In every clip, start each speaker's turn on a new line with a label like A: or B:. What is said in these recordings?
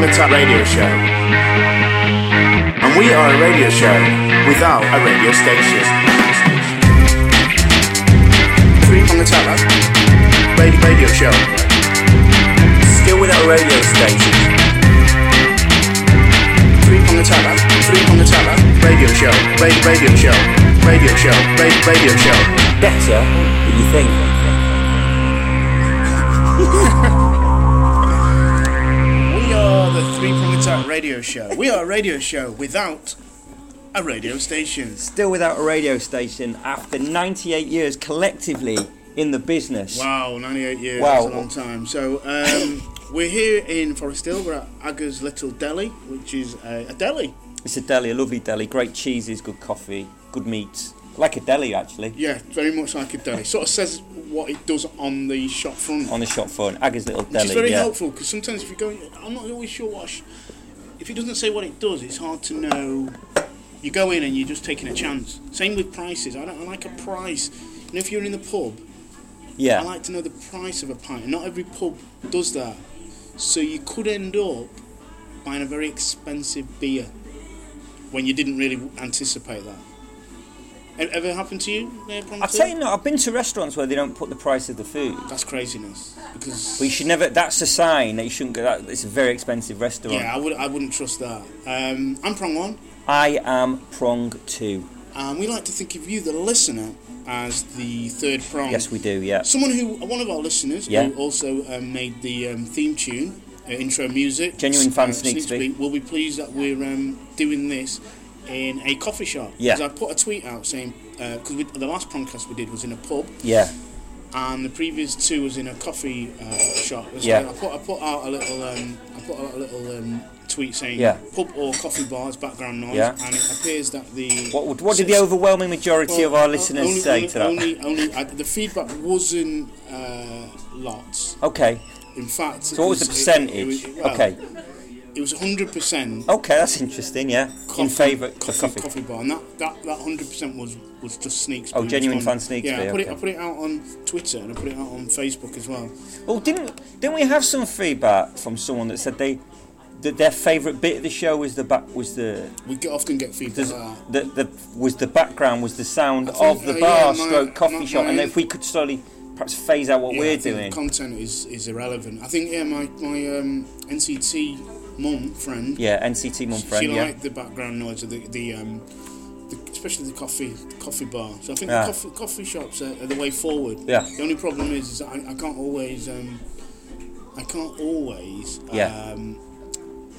A: the Tap Radio Show. And we are a radio show without a radio station. Three on the Tap radio, radio Show. Still without a radio station. Three on the Tap Three on the Tap Radio Show. Radio, radio Show. Radio Show. Radio, radio Show.
B: Better than you think.
A: We are the Three Prong Attack radio show. We are a radio show without a radio station.
B: Still without a radio station after 98 years collectively in the business.
A: Wow, 98 years,
B: Wow.
A: that's a long time. So um, we're here in Forest Hill. We're at Agger's Little Deli, which is a, a deli.
B: It's a deli, a lovely deli, great cheeses, good coffee, good meats. Like a deli actually.
A: Yeah, very much like a deli. Sort of says what it does on the shop front,
B: On the shop front, Agger's little
A: which
B: deli.
A: is very
B: yeah.
A: helpful because sometimes if you go, in- I'm not always sure what. I sh- if it doesn't say what it does, it's hard to know. You go in and you're just taking a chance. Same with prices. I don't I like a price. You know, if you're in the pub. I
B: Yeah.
A: like to know the price of a pint. and Not every pub does that. So you could end up buying a very expensive beer when you didn't really anticipate that. E- Ever happened to you? There,
B: I've taken I've been to restaurants where they don't put the price of the food.
A: That's craziness. Because
B: But you should never that's a sign that you shouldn't go that it's a very expensive restaurant.
A: yeah, I would I wouldn't trust that. Um, I'm Prong One,
B: I am prong two.
A: and we like to think of you, the listener, as the third prong.
B: Yes we do, yeah.
A: Someone who one of our listeners
B: Yeah.
A: who also um, made the um, theme tune, uh, intro music.
B: Genuine fan
A: uh,
B: Sneaksby.
A: Sneaksby, will be pleased that we're um, doing this in a coffee shop.
B: Yeah.
A: 'Cause I put a tweet out saying because we the last podcast we did was in a pub
B: Yeah.
A: and the previous two was in a coffee uh, shop. So
B: Yeah.
A: I put I put out a little um, I put out a little um, tweet saying
B: Yeah.
A: pub or coffee bars background noise
B: Yeah.
A: and it appears that the
B: What would what did the overwhelming majority of our
A: well,
B: listeners
A: only-
B: say
A: only,
B: to that?
A: Only, only, uh, the feedback wasn't uh, lots.
B: okay.
A: In fact,
B: So what was the percentage? okay.
A: it was 100 percent
B: Okay, that's interesting. Yeah, in favour of
A: coffee,
B: coffee.
A: coffee bar, and that that that 100 percent was was just sneaks.
B: Oh, genuine fan Sneaksby,
A: Yeah, I put it I
B: okay.
A: put it out on Twitter and I put it out on Facebook as well.
B: Oh, didn't didn't we have some feedback from someone that said they that their favourite bit of the show was the back was the
A: We get, often get feedback.
B: the,
A: Like that.
B: the, the was the background was the sound
A: I think,
B: of the
A: uh,
B: bar
A: yeah, my-
B: stroke coffee
A: my-
B: shop, and
A: my-
B: if we could slowly perhaps phase out what
A: Yeah, I
B: we're
A: think
B: doing.
A: Content is is irrelevant. I think yeah, my my um, NCT mum friend
B: yeah, NCT Mum
A: She
B: friend. Yeah,
A: liked the background noise of the the, um, the especially the coffee the coffee bar. So I think
B: Yeah.
A: the coffee, coffee shops are, are the way forward.
B: Yeah.
A: The only problem is, is I, I can't always um, I can't always
B: Yeah.
A: um,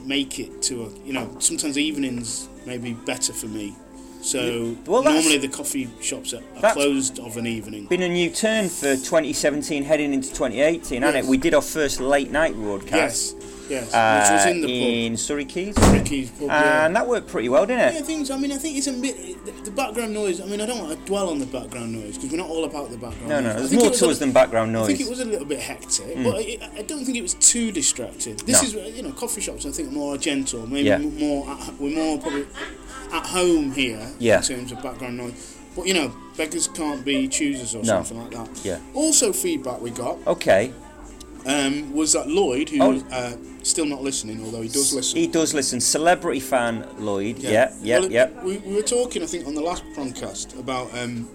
A: make it to a you know sometimes evenings may be better for me. So
B: Well, that's-
A: normally the coffee shops are, are
B: That's-
A: closed of an evening.
B: been a new turn for 2017, heading into 2018, hasn't
A: Yes.
B: it? We did our first late night broadcast.
A: Yes. Yes.
B: Uh,
A: which was in the
B: in Surrey Keys,
A: pub. Ricky's pub. yeah.
B: and that worked pretty well, didn't
A: Yeah,
B: it?
A: things. I mean, I think it's a bit the- the background noise. I mean, I don't want to dwell on the background noise because we're not all about the background.
B: No,
A: noise.
B: no,
A: I
B: there's
A: think
B: more
A: it was
B: to
A: a-
B: us than background
A: I think
B: noise.
A: it
B: Mm.
A: was a little bit hectic, but I, I don't think it was too distracting. This
B: No.
A: is where, you know coffee shops. I think more gentle, maybe
B: Yeah.
A: m- more. At, we're more probably at home here
B: Yeah.
A: in terms of background noise. But you know, beggars can't be choosers or
B: No.
A: something like that.
B: Yeah.
A: Also, feedback we got
B: Okay,
A: um, was that Lloyd, who
B: Oh.
A: uh, still not listening, although he does listen.
B: He does listen. Celebrity fan Lloyd. Yeah,
A: Yeah,
B: yeah,
A: Well,
B: yeah.
A: We, we were talking, I think, on the last podcast about. Um,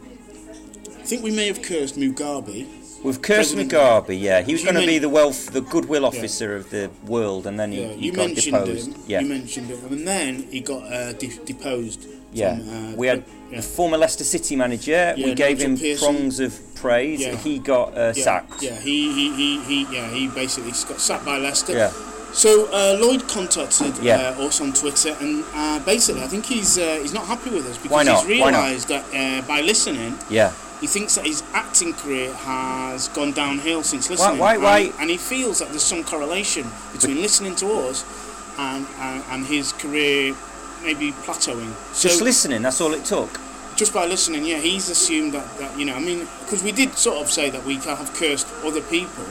A: I think we may have cursed Mugabe.
B: With Kirsten
A: President-
B: Mugabe, yeah, he was
A: You
B: going to be
A: meant-
B: the wealth, the goodwill officer of the world, and then he,
A: Yeah,
B: he
A: you
B: got
A: mentioned
B: deposed.
A: him.
B: yeah,
A: You mentioned him, and then he got uh, de- deposed.
B: yeah.
A: from, uh,
B: we had
A: yeah.
B: the former Leicester City manager. we
A: Yeah,
B: gave
A: Nigel
B: him
A: Pearson.
B: prongs of praise.
A: Yeah.
B: He got uh,
A: yeah,
B: sacked.
A: Yeah, he, he, he, he, yeah, he basically s- got sacked by Leicester.
B: Yeah.
A: So uh, Lloyd contacted
B: Yeah.
A: uh, us on Twitter, and uh, basically, I think he's uh, he's not happy with us because
B: Why not?
A: he's
B: Why not?
A: realised that uh, by listening,
B: Yeah.
A: He thinks that his acting career has gone downhill since
B: Why-
A: listening.
B: why-
A: and,
B: why-
A: and he feels that there's some correlation between listening to us and, and, and his career maybe plateauing. So
B: Just
A: just,
B: listening. That's all it took.
A: by listening, yeah, he's assumed that, that you know, I mean, because we did sort of say that we can have cursed other people.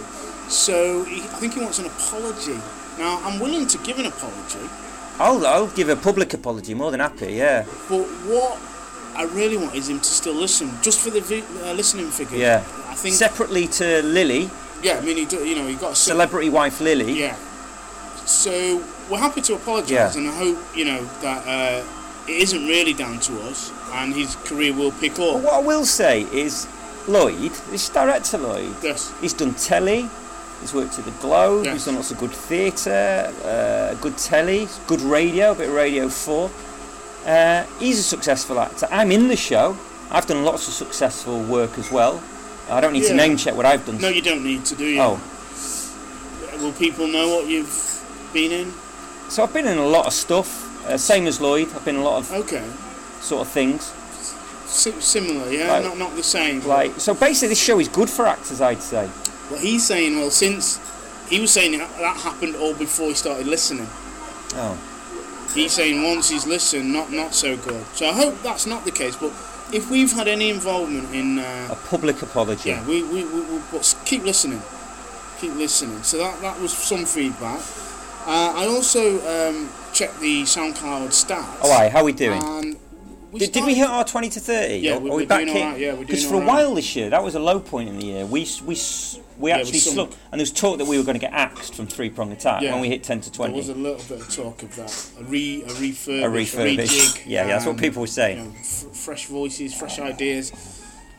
A: So he, I think he wants an apology. Now, I'm willing to give an apology,
B: I'll, I'll give a public apology. More than happy. Yeah.
A: but what I really want is him to still listen, just for the vi- uh, listening figure.
B: Yeah.
A: I think,
B: Separately to Lily,
A: yeah, I mean, he do, you know, he got a
B: celebrity wife Lily.
A: Yeah. So we're happy to apologise,
B: Yeah.
A: and I hope you know that uh, it isn't really down to us, and his career will pick
B: But
A: up.
B: Oh, what I will say is, Lloyd, this director Lloyd,
A: Yes,
B: he's done telly, he's worked at the Globe,
A: Yeah.
B: he's done lots of good theatre, uh, good telly, good radio, a bit of Radio 4. Uh, he's a successful actor. I'm in the show. I've done lots of successful work as well. I don't need to
A: Yeah.
B: name check what I've done.
A: no, you don't need to do. You?
B: oh,
A: Will people know what you've been in?
B: so I've been in a lot of stuff. Uh, same as Lloyd, I've been in a lot of
A: Okay,
B: sort of things.
A: Si- similar, yeah,
B: Like-
A: not not the same.
B: Like, so basically, this show is good for actors, I'd say.
A: Well, he's saying, well, since he was saying that that happened all before he started listening.
B: Oh.
A: He's saying once he's listened, not not so good. So I hope that's not the case. But if we've had any involvement in,
B: A
A: uh,
B: public apology.
A: yeah, we we, we, we but s- keep listening, keep listening. So that that was some feedback. Uh, I also um, checked the SoundCloud stats.
B: All right, how are we doing?
A: And we
B: Oh, Did, did we hit our 20 to 30?
A: Yeah,
B: Are-
A: we-
B: are
A: we're
B: we back
A: doing alright, yeah, we're
B: Because
A: doing
B: for a
A: alright.
B: while this year, that was a low point in the year. We s- we s- we
A: Yeah, we
B: actually
A: sunk.
B: slumped, and there was talk that we were going to get axed from three prong attack
A: Yeah.
B: when we hit 10 to
A: There was
B: 20.
A: a little bit of talk of that. A re a refurbish,
B: A refurbish.
A: rejig,
B: Yeah, yeah, that's what
A: um,
B: people were
A: you
B: saying.
A: know, f- fresh voices, fresh ideas.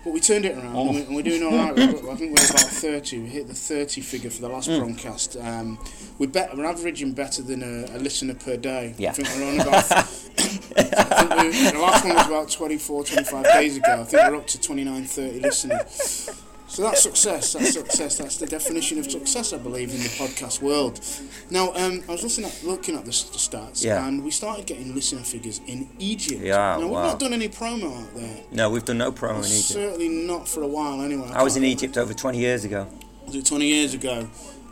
A: But we turned it around, and, we, and we're doing all right. We're, I think we're about thirty. We hit the thirty figure for the last broadcast. Um, we bet we're averaging better than a, a listener per day.
B: Yeah.
A: I think we're on about. I think we, the last one was about 24, 25 days ago. I think we're up to 29, 30 listeners. So that's success. That's success. That's the definition of success, I believe, in the podcast world. Now, um, I was looking at looking at the, s- the stats,
B: Yeah.
A: and we started getting listener figures in Egypt.
B: Yeah,
A: now we've
B: wow.
A: not done any promo out there.
B: No, we've done no promo in Egypt.
A: Certainly not for a while, anyway.
B: I was in
A: can't-
B: Egypt over 20 years ago.
A: Was it 20 years ago?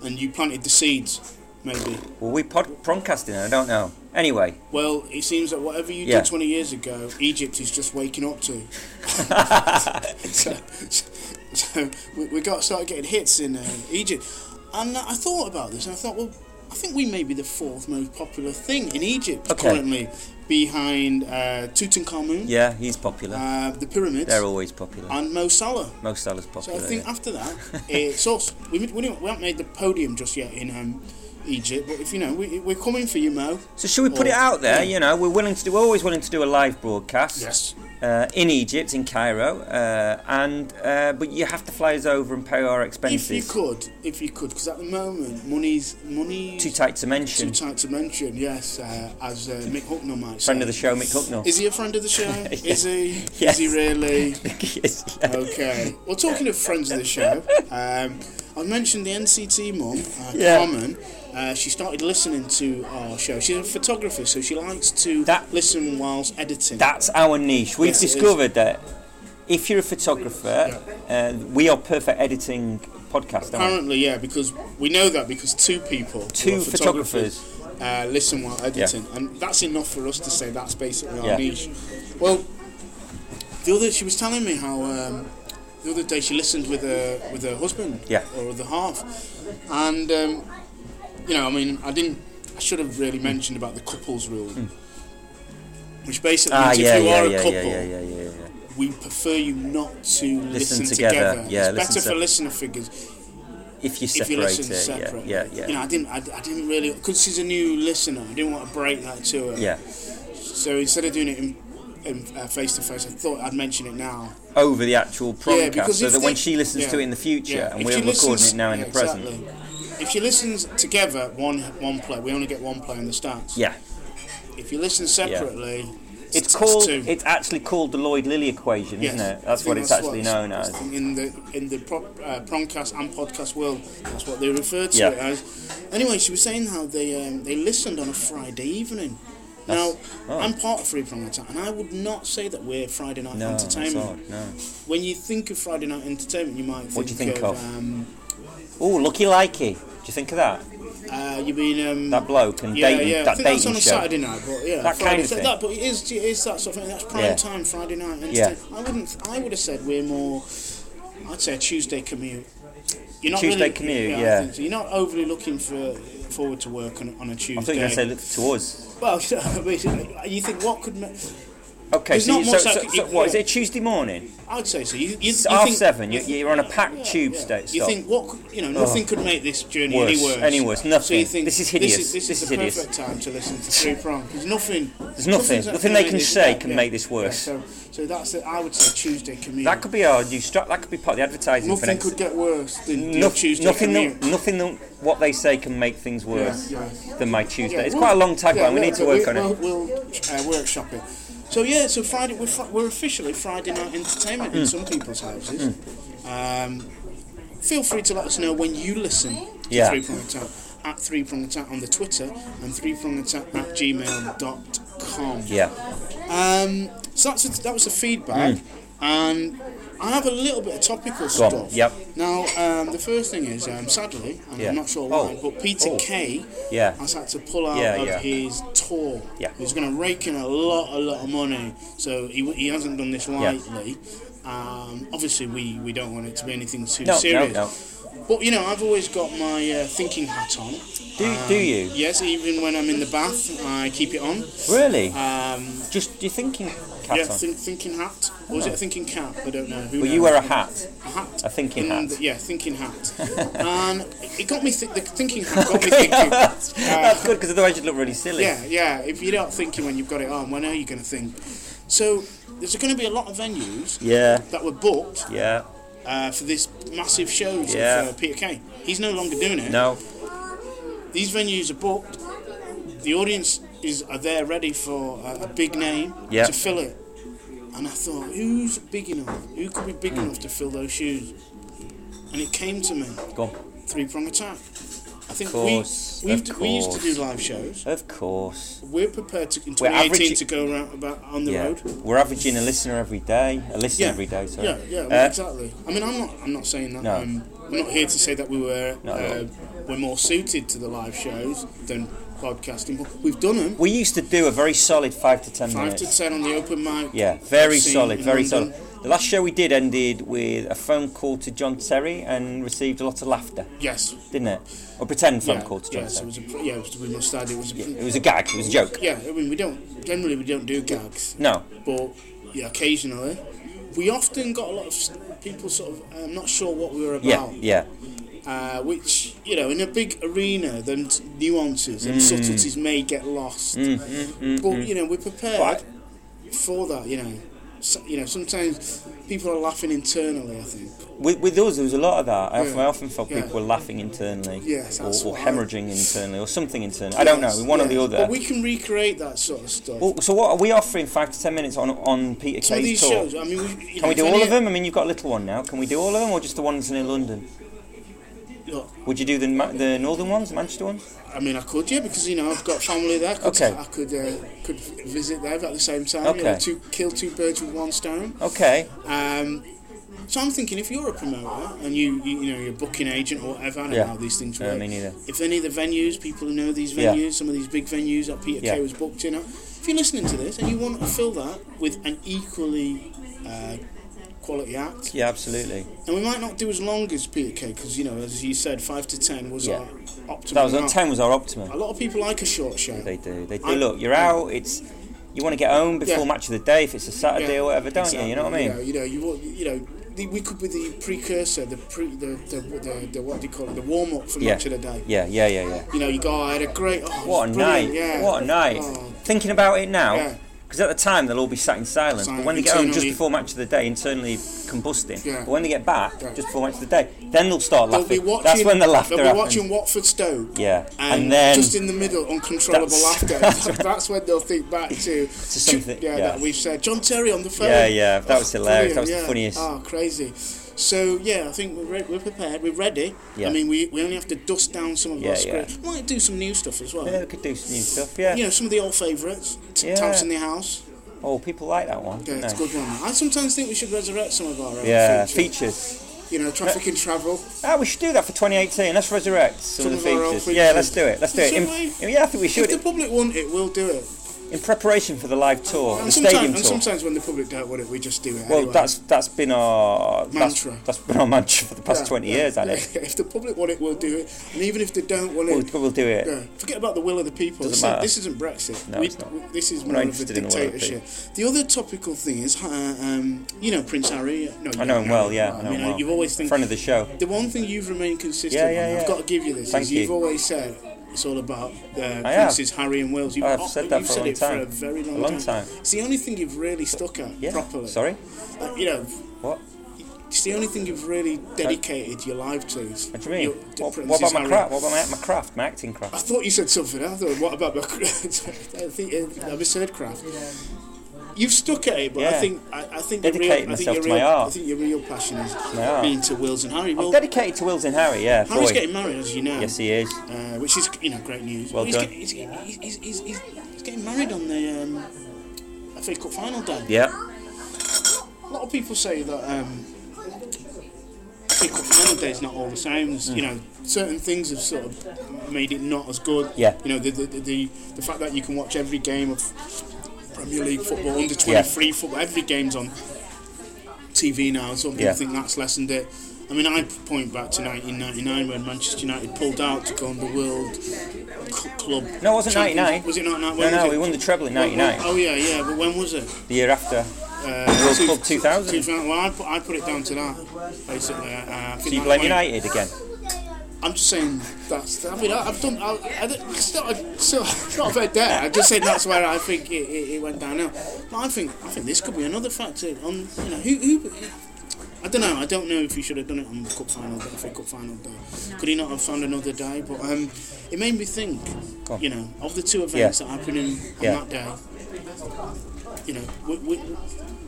A: And you planted the seeds, maybe.
B: Were we pod- prongcasting? I don't know. Anyway,
A: Well, it seems that whatever you
B: Yeah.
A: did 20 years ago, Egypt is just waking up to. so, so we, we got started getting hits in uh, Egypt, and I thought about this, and I thought, well, I think we may be the fourth most popular thing in Egypt
B: Okay.
A: currently, behind uh, Tutankhamun,
B: yeah, he's popular.
A: uh, the pyramids,
B: They're always popular.
A: and Mo Salah.
B: Mo Salah's
A: So I
B: popular.
A: think
B: yeah.
A: after that, it's us. We, we, didn't- we haven't made the podium just yet in um, Egypt, but if you know, we, we're coming for you, Mo.
B: So should we put
A: Or-
B: it out there?
A: yeah.
B: You know, we're willing to do. We're always willing to do a live broadcast.
A: Yes.
B: Uh, in Egypt, in Cairo, uh, and uh, but you have to fly us over and pay our
A: If you
B: expenses.
A: could, if you could, because at the moment, money's money's
B: Too tight to
A: too
B: mention.
A: tight to mention. Yes, uh, as uh, Mick Hucknall might say.
B: Friend of the show, Mick Hucknall.
A: Is he a friend of the show? Is he?
B: Yes.
A: Is he really?
B: Yes, yeah.
A: Okay. Well, talking of friends of the show, um, I've mentioned the NCT mum, uh,
B: Yeah.
A: Carmen. Uh, she started listening to our show. She's a photographer, so she likes to
B: That-
A: listen whilst editing.
B: That's our niche. We've
A: Yes, it is.
B: discovered that if you're a photographer, uh, we are perfect editing podcast. Aren't we?
A: Apparently, yeah, because we know that because two people, who
B: Two
A: are
B: photographers.
A: uh, listen while editing, and that's enough for us to say that's basically our
B: Yeah.
A: niche. Well, the other she was telling me how um, the other day she listened with her with her husband,
B: Yeah.
A: or other half, and um, you know, I mean, I didn't, I should have really mentioned about the couples rule, which basically
B: Hmm. Ah,
A: means
B: yeah,
A: if you
B: yeah,
A: are a
B: yeah,
A: couple,
B: yeah, yeah, yeah, yeah, yeah.
A: we prefer you not to listen,
B: together, yeah,
A: it's
B: listen
A: better
B: to-
A: for listener figures
B: If you
A: if you
B: separate
A: listen
B: it, yeah,
A: separate.
B: yeah, yeah,
A: You know, I didn't, I, I didn't really, because she's a new listener. I didn't want to break that to her.
B: yeah.
A: So instead of doing it in in, uh, face to face, I thought I'd mention it now.
B: Over the actual promcast,
A: because
B: so
A: if
B: that when
A: they-
B: she listens to
A: yeah,
B: it in the future,
A: yeah.
B: and
A: If
B: we're
A: she
B: recording
A: listens-
B: it now in
A: yeah,
B: the present.
A: exactly. If she listens together, one one play. We only get one play in the stats.
B: Yeah.
A: If you listen separately, it's,
B: It's called.
A: two.
B: It's actually called the Lloyd-Lilly equation,
A: Yes.
B: isn't it?
A: I
B: That's
A: think
B: what it's actually known
A: it's-
B: as.
A: In the in the pro, uh, promcast and podcast world, that's what they refer to
B: Yeah.
A: it as. Anyway, she was saying how they um, they listened on a Friday evening.
B: That's-
A: now,
B: oh.
A: I'm part of Free Prong Attack, and I would not say that we're Friday Night
B: No, that's
A: Entertainment.
B: odd. No.
A: When you think of Friday Night Entertainment, you might think,
B: What do you think of?
A: Um,
B: Oh, lucky likey. Do you think of that?
A: uh, you've been um,
B: That bloke and
A: yeah,
B: dating
A: yeah. I
B: that
A: think that's
B: dating
A: on a
B: show.
A: Saturday night, but yeah,
B: That
A: Friday,
B: kind of thing.
A: That, but it is, it is that sort of thing. That's prime
B: Yeah.
A: time Friday night. And
B: Yeah.
A: I wouldn't. I would have said we're more. I'd say a Tuesday commute. You're not
B: Tuesday
A: really,
B: commute,
A: I
B: yeah.
A: think so. You're not overly looking for forward to work on, on a Tuesday.
B: I thought you were going to say look to us.
A: Well, I mean, you think what could ma-
B: Okay,
A: There's
B: so, you-
A: not
B: so,
A: much
B: so,
A: I could-
B: so what is it? Tuesday morning,
A: I'd say so. You, you, you
B: It's half
A: think,
B: seven. You, you're on a packed
A: yeah,
B: tube
A: yeah.
B: state.
A: You
B: stop. Oh.
A: think what? could- You know, nothing could make this journey
B: Worse.
A: any worse.
B: Any worse,
A: So you
B: nothing.
A: think
B: This is
A: This
B: hideous.
A: is, this
B: This
A: is
B: is
A: the
B: hideous.
A: perfect time to listen to three prong. There's nothing.
B: There's nothing.
A: nothing's
B: Nothing
A: actually
B: they
A: made
B: can
A: this
B: say
A: bad,
B: can
A: yeah.
B: make this worse.
A: Yeah, so, so that's it. I would say Tuesday commute.
B: that could be our new strat. That could be part of the advertising for
A: nothing
B: next.
A: could get worse than your
B: Noth-
A: Tuesday
B: nothing,
A: commute.
B: than- nothing than what they say can make things worse
A: yeah.
B: than my Tuesday.
A: Yeah,
B: it's
A: we'll-
B: quite a long tagline.
A: yeah,
B: we
A: yeah,
B: need to
A: but
B: work
A: we-
B: on it.
A: We'll, we'll uh, workshop it. So yeah, so Friday we're, fri- we're officially Friday night entertainment
B: Hmm.
A: in some people's houses. Um, feel free to let us know when you listen to
B: Yeah.
A: Three Prong Attack at Three Prong Attack on the Twitter and Three Prong Attack at gmail.com.
B: Yeah,
A: Um, so that's a, that was the feedback, and I have a little bit of topical
B: Hmm. Go on.
A: stuff.
B: Yep.
A: Now, um, the first thing is, um, sadly, and
B: Yeah.
A: I'm not sure
B: Oh.
A: why, but Peter
B: Oh.
A: Kay
B: yeah.
A: has had to pull out
B: Yeah,
A: of
B: yeah.
A: his tour.
B: Yeah.
A: He's going to rake in a lot, a lot of money. So he, he hasn't done this lightly. Um, obviously, we, we don't want it to be anything too
B: No, no,
A: serious.
B: no.
A: But you know, I've always got my uh, thinking hat on.
B: Do, do you
A: Um, Yes, even when I'm in the bath, I keep it on.
B: really?
A: Um,
B: Just your thinking cap
A: yeah,
B: on.
A: think, thinking hat. Or was it a thinking cap? I don't know. Who
B: well,
A: knows?
B: you wear a hat,
A: a hat.
B: a thinking
A: In
B: hat.
A: the- yeah, thinking hat. and it- it got me. Th- the thinking hat got me
B: Okay,
A: thinking.
B: that's, that's good because otherwise you'd look really silly.
A: Uh, Yeah, yeah. If you're not thinking when you've got it on, when are you going to think? So there's going to be a lot of venues
B: Yeah,
A: that were booked
B: yeah.
A: uh, for this massive shows
B: Yeah.
A: of uh, Peter Kay. He's no longer doing it.
B: No,
A: These venues are booked. The audience is are there ready for a, a big name
B: Yeah.
A: to fill it. And I thought, who's big enough? Who could be
B: Hmm.
A: big enough to fill those shoes? And it came to me,
B: go on.
A: three prong attack. I think
B: Course,
A: we we've
B: of
A: d- we used to
B: course.
A: do live shows.
B: Of course.
A: We're prepared to in
B: We're
A: 2018
B: averaging-
A: to go around about on the
B: yeah.
A: road.
B: We're averaging a listener every day. A listen every day, sorry.
A: Yeah, yeah,
B: Uh,
A: well, exactly. I mean, I'm not, I'm not saying that.
B: No.
A: Um, I'm not here to say that we were,
B: Not at
A: uh,
B: all.
A: we're more suited to the live shows than podcasting. But we've done them.
B: We used to do a very solid five to ten
A: Five
B: minutes.
A: to ten on the open mic.
B: Yeah, very
A: scene
B: solid,
A: in
B: very
A: London.
B: solid. The last show we did ended with a phone call to John Terry and received a lot of laughter,
A: Yes.
B: didn't it? Or pretend phone
A: Yeah.
B: call to John
A: yeah, so it
B: Terry.
A: was a, pr- yeah, it was, we must add it was a, pr-
B: It was a gag, it was a joke.
A: yeah. I mean, we don't generally we don't do gags,
B: No,
A: but yeah, occasionally we often got a lot of s- people sort of um, not sure what we were about.
B: yeah, yeah,
A: uh, which you know in a big arena then t- nuances
B: Mm.
A: and subtleties may get lost but you know we're prepared
B: Mm-hmm, Right.
A: for that you know so, you know sometimes people are laughing internally i think
B: With, with us, there was a lot of that. I, often,
A: Yeah.
B: I often felt
A: Yeah.
B: people were laughing internally,
A: Yes,
B: or,
A: that's
B: or
A: what I-
B: hemorrhaging internally, or something internally. I don't know, one or
A: Yeah,
B: the other.
A: but we can recreate that sort of stuff
B: Well, so what are we offering? Five to ten minutes on on Peter
A: some of
B: Kay's
A: these
B: tour.
A: shows i mean we, you
B: Can
A: know,
B: we
A: if
B: do
A: any-
B: all of them? I mean, you've got a little one now. Can we do all of them, or just the ones near London?
A: Look,
B: Would you do the Ma- the northern ones, the Manchester ones?
A: i mean i could yeah because you know i've got family there I could,
B: Okay.
A: i could uh, could visit there at the same time you know,
B: Okay.
A: two, kill two birds with one stone
B: Okay.
A: Um, so I'm thinking, if you're a promoter and you you, you know you're a booking agent or whatever, I don't
B: Yeah.
A: know how these things
B: No,
A: work.
B: me neither.
A: If any of the venues, people who know these
B: Yeah.
A: venues, some of these big venues that Peter
B: Yeah.
A: Kay was booked in, at, if you're listening to this and you want to fill that with an equally uh, quality act,
B: Yeah, absolutely.
A: and we might not do as long as Peter Kay because you know, as you said, five to ten was
B: Yeah.
A: our optimal.
B: That was our
A: amount.
B: ten was our optimum.
A: A lot of people like a short show.
B: They do. They do.
A: I-
B: Look, you're out. It's you want to get home before
A: Yeah.
B: match of the day if it's a Saturday
A: Yeah,
B: or whatever, don't you?
A: exactly.
B: You know what I mean?
A: Yeah, you know, you wa- you know, the, we could be the precursor, the pre, the, the, the, the what do you call it, the warm up for
B: Yeah.
A: much of the day.
B: Yeah, yeah, yeah, yeah.
A: You know, you go, I had a great, oh, it was
B: What a
A: brilliant,
B: night!
A: yeah.
B: What a night!
A: Oh,
B: Thinking about it now,
A: Yeah.
B: because at the time they'll all be sat in silence.
A: Silent.
B: But when they get home, just
A: Internally-
B: before match of the day, internally combusting.
A: Yeah.
B: But when they get back,
A: Yeah.
B: just before match of the day, then they'll start
A: they'll be
B: laughing.
A: watching.
B: That's when the laughter
A: They'll be
B: happens.
A: watching Watford Stoke.
B: Yeah,
A: And,
B: and, then
A: just in the middle, uncontrollable
B: That's-
A: laughter.
B: that's
A: That's, when they'll think back to,
B: something-
A: yeah,
B: yeah.
A: that we've said. John Terry on the phone.
B: yeah, yeah, that
A: Oh,
B: was hilarious.
A: brilliant,
B: That was
A: yeah.
B: the funniest.
A: Oh, crazy. So yeah, I think we're, re- we're prepared. We're ready.
B: Yeah.
A: I mean, we, we only have to dust down some of
B: Yeah,
A: our
B: yeah.
A: scripts. Might do some new stuff as well.
B: Yeah, we could do some new stuff. Yeah.
A: You know, some of the old favourites. T-
B: Yeah.
A: Tamsin the House.
B: Oh, people like that one.
A: Yeah,
B: don't
A: it's a
B: they?
A: good one. I sometimes think we should resurrect some of our own
B: Yeah,
A: features.
B: features.
A: You know, traffic and travel.
B: Ah, we should do that for 2018. Let's resurrect some, of the
A: Some of our old
B: features. Yeah,
A: features.
B: let's do it. Let's do it.
A: Should
B: Im- yeah, I think we
A: If
B: should.
A: the public want it, we'll do it.
B: in preparation for the live tour, the stadium
A: And sometimes, and
B: tour.
A: sometimes when the public don't want it, we just do it.
B: Well,
A: anyway.
B: that's that's been our that's-
A: Mantra.
B: that's been our mantra for the past
A: Yeah,
B: twenty
A: yeah,
B: years,
A: yeah.
B: Alex.
A: If the public want it, we'll do it. And even if they don't want
B: We'll,
A: it,
B: we'll do it.
A: yeah. forget about the will of the people.
B: Doesn't
A: This,
B: matter.
A: this isn't Brexit.
B: No, it's not.
A: This is
B: We're
A: more
B: not
A: of a
B: interested in the will of the
A: dictatorship. The other topical thing is, uh, um, you know, Prince Harry. No, you
B: I know him well. Yeah, I
A: I
B: know
A: mean,
B: him well.
A: You've always think
B: friend of the show.
A: the one thing you've remained consistent.
B: Yeah, yeah,
A: on,
B: yeah.
A: I've got to give you this.
B: Thank
A: is you've
B: you.
A: always said it's all about
B: I
A: uh,
B: have.
A: Prince's Harry and Wales. You've,
B: I've
A: oh,
B: said that
A: you've
B: for a
A: said
B: long
A: it
B: time.
A: for a very long,
B: A long time.
A: It's the only thing you've really stuck at
B: Yeah.
A: properly.
B: Sorry.
A: Uh, you know,
B: What?
A: it's the only thing you've really dedicated your life to. is-
B: What do you mean?
A: your-
B: What,
A: Prince's
B: what about my
A: Harry.
B: craft? What about my, my craft? My acting
A: I
B: craft?
A: thought you said something. I thought, what about my craft? I think uh, I misheard craft. You've stuck at it, but I
B: Yeah.
A: think I, I think
B: Dedicated
A: your real, I think
B: myself
A: your
B: to my
A: real,
B: art.
A: I think your real passion is
B: art.
A: being to Wills and Harry.
B: I'm
A: Well,
B: dedicated to Wills and Harry. Yeah,
A: Harry's
B: boy.
A: getting married, as you know.
B: Yes, he is.
A: uh, which is you know great news.
B: Well
A: he's
B: done.
A: get- he's, he's, he's, he's, he's, he's getting married on the um, FA Cup final day.
B: Yeah.
A: A lot of people say that um, FA Cup final day is not all the same. There's,
B: Mm.
A: You know, certain things have sort of made it not as good.
B: Yeah.
A: You know, the the, the, the, the fact that you can watch every game of Premier League football, under twenty three football, every game's on TV now. Some people
B: Yeah.
A: think that's lessened it. I mean, I point back to 1999 when Manchester United pulled out to go on the World C- Club.
B: No, it wasn't
A: Champions-
B: 99.
A: Was it 99?
B: No,
A: When was
B: no,
A: it?
B: we won the treble in
A: When- when-
B: '99.
A: Oh yeah, yeah, but when was it?
B: The year after.
A: Uh,
B: World
A: two-
B: Cup 2000.
A: 2000. Well, I put, I put it down to that, basically. Uh, I
B: So
A: think
B: you
A: that
B: blame
A: might-
B: United again?
A: I'm just saying that's. I mean, I, I've done. I, I, don't- it's not. A, it's not it's not about that. I'm just saying that's where I think it, it, it went downhill. But I think I think this could be another factor. On you know who. who I don't know. I don't know if he should have done it on the cup final, the FA Cup final day. Could he not have found another day? But um, it made me think.
B: Go on.
A: You know, of the two events that happened in, on
B: Yeah.
A: that day. You know, whi whi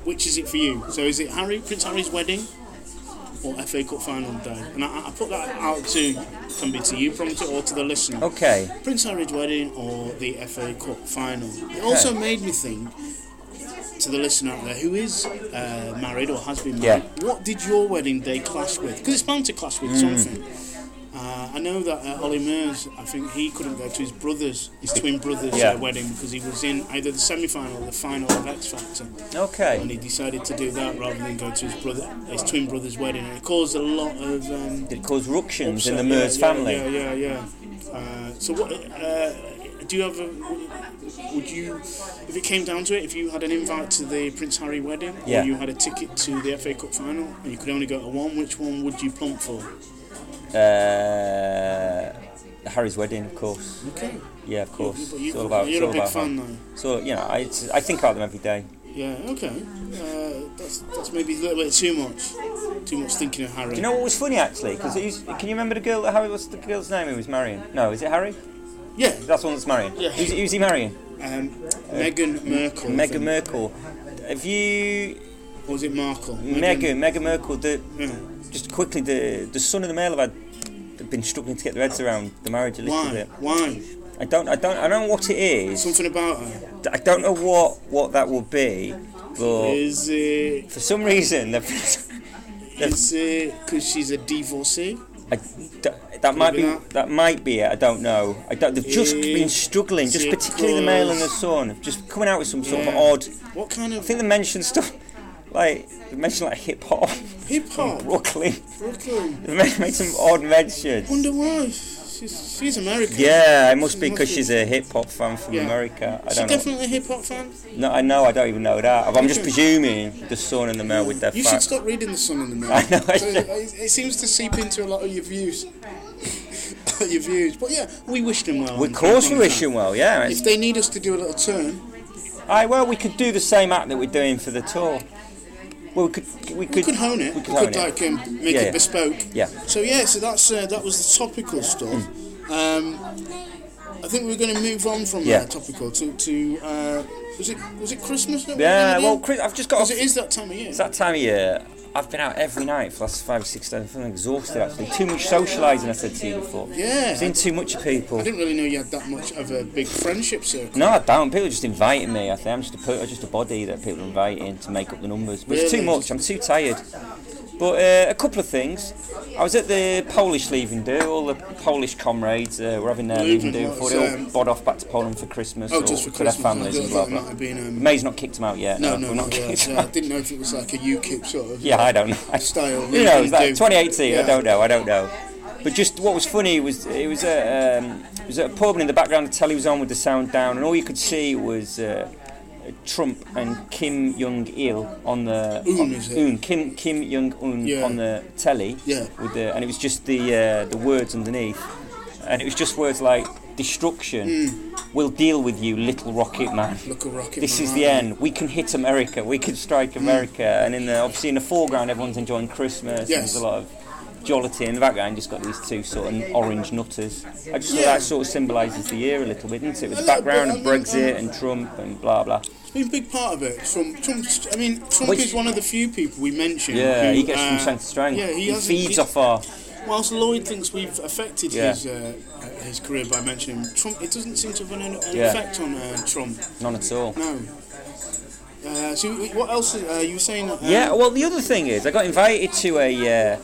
A: which is it for you? So is it Harry Prince Harry's wedding? or FA Cup final day. And I, I put that out to can be to you, probably to, or to the listener.
B: Okay.
A: Prince Harry's wedding or the FA Cup final. It also made me think to the listener out there who is uh, married or has been married. What did your wedding day clash with? Because it's bound to clash with
B: Hmm.
A: something. Uh, I know that uh, Ollie Mears, I think he couldn't go to his brother's, his twin brother's
B: Yeah.
A: uh, wedding because he was in either the semi-final or the final of X Factor and
B: Okay.
A: he decided to do that rather than go to his brother, his twin brother's wedding, and it caused a lot of um,
B: Did it cause ructions in the
A: upset.
B: Mers
A: yeah,
B: family?
A: Yeah, yeah, yeah. Uh, so what? Uh, do you have a? Would you, if it came down to it, if you had an invite to the Prince Harry wedding,
B: Yeah.
A: or you had a ticket to the FA Cup final, and you could only go to one, which one would you plump for?
B: Uh, Harry's wedding, of course.
A: Okay.
B: Yeah, of course.
A: You, you,
B: It's all about. It's
A: you're
B: all
A: a big
B: about.
A: fan,
B: Harry.
A: though.
B: So you know, I, it's- I think about them every day.
A: Yeah. Okay. Uh, that's that's maybe a little bit too much. Too much thinking of Harry.
B: You know what was funny actually? Because can you remember the girl that Harry? What's the girl's name he was marrying? No, is it Harry?
A: yeah.
B: That's the one that's marrying.
A: Yeah.
B: Who's, who's he marrying?
A: Um, Meghan Merkel. I
B: Meghan
A: think.
B: Merkel. Have you
A: Or was it Markle?
B: Meghan Meghan Merkel? The
A: Yeah.
B: just quickly the the son of the male have had they've been struggling to get their heads around the marriage a little
A: Why?
B: bit.
A: Why?
B: I don't I don't I don't know what it is.
A: Something about her.
B: I don't know what what that will be, but
A: Is it?
B: for some reason they've.
A: Is it because she's a divorcee?
B: I, th- that might be
A: Maybe not.
B: that might be it. I don't know. I don't, they've just
A: Eh,
B: been struggling, just
A: because-
B: particularly the male and the son, have just coming out with some sort of
A: Yeah.
B: odd.
A: What kind
B: I
A: of
B: think they mentioned stuff like they mentioned like hip hop,
A: hip hop?
B: Brooklyn.
A: Brooklyn.
B: They made, made some odd mentions.
A: Wonder why? She's she's American.
B: Yeah, it must be
A: Must
B: because she's a hip hop fan from
A: Yeah.
B: America. I
A: Is she
B: don't know.
A: definitely a hip hop fan?
B: No, I know. I don't even know that. I'm just
A: Okay.
B: presuming the son and the male with their
A: You
B: fa-
A: should stop reading the Sun in the Moon.
B: I know, I
A: So it, it seems to seep into a lot of your views. your views, but yeah, we wish them well.
B: Of course, we wish
A: them.
B: him well. Yeah.
A: If they need us to do a little turn,
B: Aye, well, we could do the same act that we're doing for the tour. Well, we could. We could,
A: We could hone it. We could,
B: hone it.
A: like um, make
B: Yeah,
A: it
B: yeah.
A: bespoke.
B: Yeah.
A: So yeah, so that's uh, that was the topical stuff. Um, I think we're going to move on from
B: Mm. Yeah.
A: uh, topical to to uh, was it was it Christmas? That we
B: Yeah,
A: had
B: well,
A: in?
B: Chris, I've just got. A,
A: 'Cause it is that time of year.
B: it's that time of year. I've been out every night for the last five or six days. I'm feeling exhausted actually. Too much socialising, I said to you before.
A: yeah.
B: Seen too much of people.
A: I didn't really know you had that much of a big friendship circle.
B: No, I don't. People are just inviting me. I think I'm just a, per- just a body that people are inviting to make up the numbers. But it's too
A: Really?
B: much. I'm too tired. But uh, a couple of things. I was at the Polish leaving do. All the Polish comrades uh, were having their leaving do
A: Movement
B: before
A: was,
B: they all
A: um,
B: bod off back to Poland for Christmas
A: Oh,
B: or
A: just for
B: their
A: Christmas.
B: families
A: I
B: and blah
A: thought that
B: blah.
A: might have been. Um,
B: May's not kicked them out yet.
A: no, no,
B: we're not
A: not yet.
B: kicked 'em
A: Yeah, I
B: out.
A: didn't know if it was like a UKIP sort of
B: Yeah, I don't know.
A: style.
B: Who
A: leaving
B: knows? That
A: do.
B: 2018. I
A: Yeah.
B: don't know. I don't know. But just what was funny was it was a um, it was at a pub and in the background the telly was on with the sound down and all you could see was uh, Trump and Kim Jong Il on the
A: Un,
B: on,
A: is it?
B: Un, Kim Kim Jong Un
A: Yeah.
B: on the telly
A: Yeah.
B: with the and it was just the uh, the words underneath and it was just words like destruction.
A: Hmm.
B: We'll deal with you, little rocket man.
A: Look a rocket.
B: This
A: man,
B: is the
A: aren't
B: end. We can hit America. We can
A: Hmm.
B: strike America. And in the obviously in the foreground, everyone's enjoying Christmas. and
A: Yes.
B: There's a lot of jollity. In the background, just got these two sort of orange nutters. I just
A: Yeah.
B: thought that sort of symbolises the year a little bit, didn't it? With
A: A
B: the
A: little bit,
B: background
A: I
B: and
A: mean,
B: Brexit
A: um,
B: and Trump and blah blah.
A: It's been a big part of it. From Trump, I mean, Trump
B: Which-
A: is one of the few people we mentioned.
B: Yeah,
A: who,
B: he gets from
A: uh,
B: strength to strength.
A: Yeah, he,
B: he
A: hasn't-
B: feeds
A: he-
B: off our.
A: Whilst Lloyd thinks we've affected
B: Yeah.
A: his uh, his career by mentioning him, Trump, it doesn't seem to have had an, an
B: Yeah.
A: effect on uh, Trump.
B: None at all.
A: No. Uh, so what else? Uh, you were saying? Um,
B: Yeah, well, the other thing is, I got invited to a. Uh,